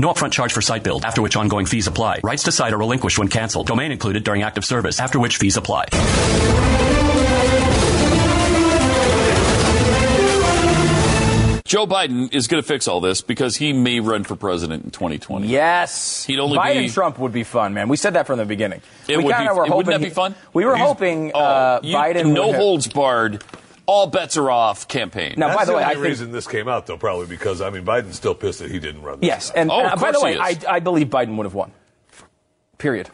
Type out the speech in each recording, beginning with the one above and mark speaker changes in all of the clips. Speaker 1: No upfront charge for site build, after which ongoing fees apply. Rights to site are relinquished when canceled. Domain included during active service, after which fees apply.
Speaker 2: Joe Biden is going to fix all this because he may run for president in 2020.
Speaker 3: Yes,
Speaker 2: he'd only
Speaker 3: Biden
Speaker 2: be,
Speaker 3: Trump would be fun, man. We said that from the beginning.
Speaker 2: It
Speaker 3: we
Speaker 2: would be,
Speaker 3: were
Speaker 2: it, wouldn't that
Speaker 3: he,
Speaker 2: be fun?
Speaker 3: We were hoping
Speaker 2: oh,
Speaker 3: uh,
Speaker 2: you-
Speaker 3: Biden
Speaker 2: no
Speaker 3: would have-
Speaker 2: holds barred, all bets are off campaign.
Speaker 3: Now,
Speaker 4: That's
Speaker 3: by the way,
Speaker 4: only
Speaker 3: I think-
Speaker 4: reason this came out though, probably because I mean Biden's still pissed that he didn't run. This
Speaker 3: Yes,
Speaker 4: out.
Speaker 3: and
Speaker 2: Oh, of
Speaker 3: uh, by the
Speaker 2: course
Speaker 3: way,
Speaker 2: he
Speaker 3: I,
Speaker 2: is.
Speaker 3: I believe Biden would have won. Period.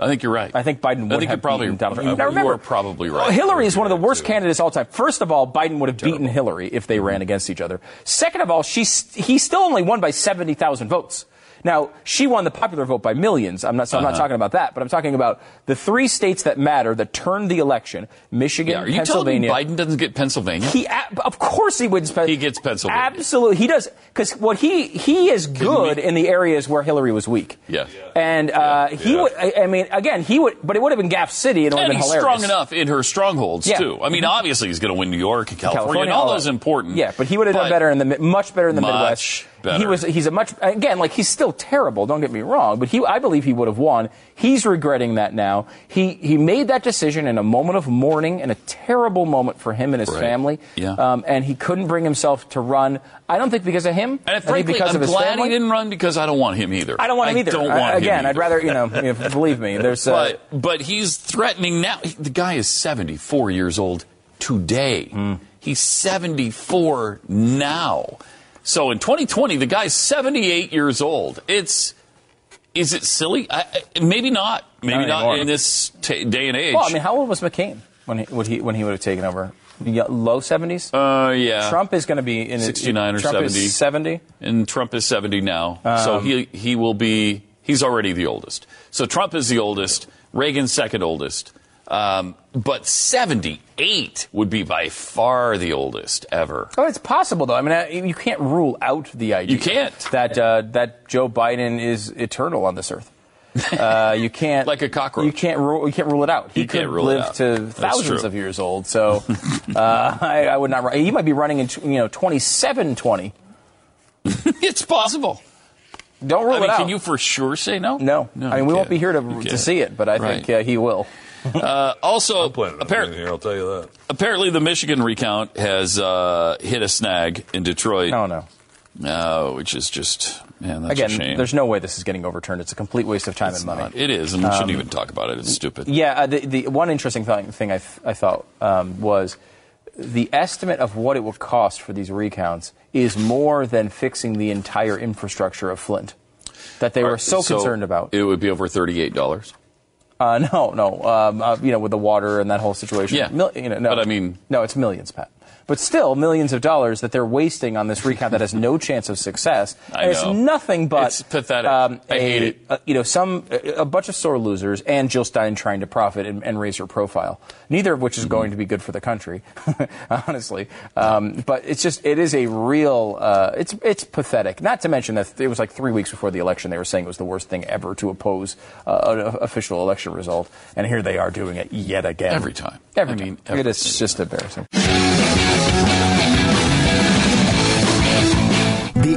Speaker 2: I think you're right.
Speaker 3: I think Biden would
Speaker 2: I think
Speaker 3: have
Speaker 2: you're probably
Speaker 3: beaten Donald
Speaker 2: you,
Speaker 3: Trump. Now, remember, Oh,
Speaker 2: you are probably right.
Speaker 3: Hillary is one of the worst
Speaker 4: too.
Speaker 3: candidates of all time. First of all, Biden would have beaten Hillary if they ran against each other. Second of all, she's, he still only won by 70,000 votes. Now, she won the popular vote by millions. I'm not, so I'm
Speaker 2: Uh-huh.
Speaker 3: not talking about that, but I'm talking about the three states that matter that turned the election, Michigan,
Speaker 2: Yeah, are you telling me
Speaker 3: Pennsylvania.
Speaker 2: Biden doesn't get Pennsylvania?
Speaker 3: He ab- of course he wins. Pen-
Speaker 2: He gets Pennsylvania.
Speaker 3: Absolutely, he does because what he he is good
Speaker 2: me?
Speaker 3: in the areas where Hillary was weak.
Speaker 2: Yeah.
Speaker 3: and uh, he
Speaker 4: Yeah.
Speaker 3: would. I, I mean, again, he would, but it would have been Gap City. It would have
Speaker 2: and
Speaker 3: been
Speaker 2: he's strong
Speaker 3: hilarious.
Speaker 2: enough in her strongholds
Speaker 3: Yeah. Mm-hmm.
Speaker 2: too. I mean, obviously he's going to win New York and California,
Speaker 3: California,
Speaker 2: and all,
Speaker 3: all
Speaker 2: those
Speaker 3: that.
Speaker 2: important.
Speaker 3: Yeah, but he would have done better in the Mi- much better in the
Speaker 2: Much
Speaker 3: Midwest.
Speaker 2: better.
Speaker 3: He was he's a much again like he's still terrible. Don't get me wrong, but he I believe he would have won. He's regretting that now. He he made that decision in a moment of mourning and a terrible moment for him and his
Speaker 2: Right.
Speaker 3: family.
Speaker 2: Yeah.
Speaker 3: Um, and he couldn't bring himself to run. I don't think because of him. I
Speaker 2: And
Speaker 3: think
Speaker 2: frankly,
Speaker 3: because
Speaker 2: I'm
Speaker 3: of his
Speaker 2: glad
Speaker 3: family.
Speaker 2: he didn't run because I don't want him either.
Speaker 3: I don't want him either.
Speaker 2: don't
Speaker 3: I-
Speaker 2: want him
Speaker 3: again, I'd
Speaker 2: either.
Speaker 3: rather you know, you know, believe me. There's uh,
Speaker 2: But but he's threatening now. He- The guy is 74 years old today.
Speaker 3: Hmm.
Speaker 2: He's 74 now. So in 2020, the guy's 78 years old. It's is it silly? I, I- maybe not. Maybe
Speaker 3: Not
Speaker 2: not,
Speaker 3: anymore.
Speaker 2: in this ta day and age.
Speaker 3: well, I mean, how old was McCain when he, when he when he would have taken over? Yeah, Low 70s.
Speaker 2: uh, yeah.
Speaker 3: Trump is going to be in his-
Speaker 2: 69 or
Speaker 3: Trump is
Speaker 2: 70.
Speaker 3: 70.
Speaker 2: and Trump is 70 now.
Speaker 3: Um,
Speaker 2: so he he will be he's already the oldest. So Trump is the oldest, Reagan's second oldest. Um, but 78 would be by far the oldest ever.
Speaker 3: Oh, it's possible though. I mean, I- you can't rule out the idea.
Speaker 2: You can't.
Speaker 3: that uh, that Joe Biden is eternal on this earth. Uh, you can't
Speaker 2: Like a cockroach.
Speaker 3: You can't rule. You can't rule it out. He
Speaker 2: You
Speaker 3: could
Speaker 2: can't rule it
Speaker 3: live
Speaker 2: out.
Speaker 3: to
Speaker 2: That's
Speaker 3: thousands
Speaker 2: true.
Speaker 3: of years old. So uh, I, I would not. ru- He might be running in tw- you know twenty seven twenty.
Speaker 2: it's possible.
Speaker 3: Don't rule
Speaker 2: I mean,
Speaker 3: it out.
Speaker 2: can you for sure say no?
Speaker 3: no. I mean,
Speaker 2: you
Speaker 3: we won't
Speaker 2: can't.
Speaker 3: be here
Speaker 2: You
Speaker 3: to, to
Speaker 2: can't.
Speaker 3: see it, but I think
Speaker 2: Right.
Speaker 3: uh, he will.
Speaker 2: Uh, also,
Speaker 4: I'm planning on
Speaker 2: apparently,
Speaker 4: being here. I'll tell you that.
Speaker 2: apparently the Michigan recount has uh, hit a snag in Detroit.
Speaker 3: Oh, No, no.
Speaker 2: No, which is just man, that's a
Speaker 3: Again,
Speaker 2: shame.
Speaker 3: there's no way this is getting overturned. It's a complete waste of time
Speaker 2: It's
Speaker 3: and money. Um,
Speaker 2: not. It is, and we shouldn't even talk about it. It's stupid.
Speaker 3: Yeah, uh, the, the one interesting thing, thing I, th- I thought um, was the estimate of what it would cost for these recounts is more than fixing the entire infrastructure of Flint that they were so, concerned about.
Speaker 2: It would be over thirty-eight dollars.
Speaker 3: uh, no, no, um, uh, you know, with the water and that whole situation.
Speaker 2: Yeah.
Speaker 3: Mil- you know, no.
Speaker 2: But I mean-
Speaker 3: no, it's millions, Pat. But still, millions of dollars that they're wasting on this recount that has no chance of success.
Speaker 2: I
Speaker 3: And it's
Speaker 2: know.
Speaker 3: nothing but
Speaker 2: It's pathetic. I
Speaker 3: a-
Speaker 2: hate it.
Speaker 3: uh, you know, some a, a bunch of sore losers and Jill Stein trying to profit and, and raise her profile. Neither of
Speaker 2: Mm-hmm.
Speaker 3: which is going to be good for the country, honestly. Um, but it's just it is a real uh, it's it's pathetic. Not to mention that it was like three weeks before the election they were saying it was the worst thing ever to oppose uh, an o- official election result, and here they are doing it yet again.
Speaker 2: Every time.
Speaker 3: Every
Speaker 2: I
Speaker 3: time.
Speaker 2: mean, every
Speaker 3: it is
Speaker 2: single
Speaker 3: just embarrassing.
Speaker 5: The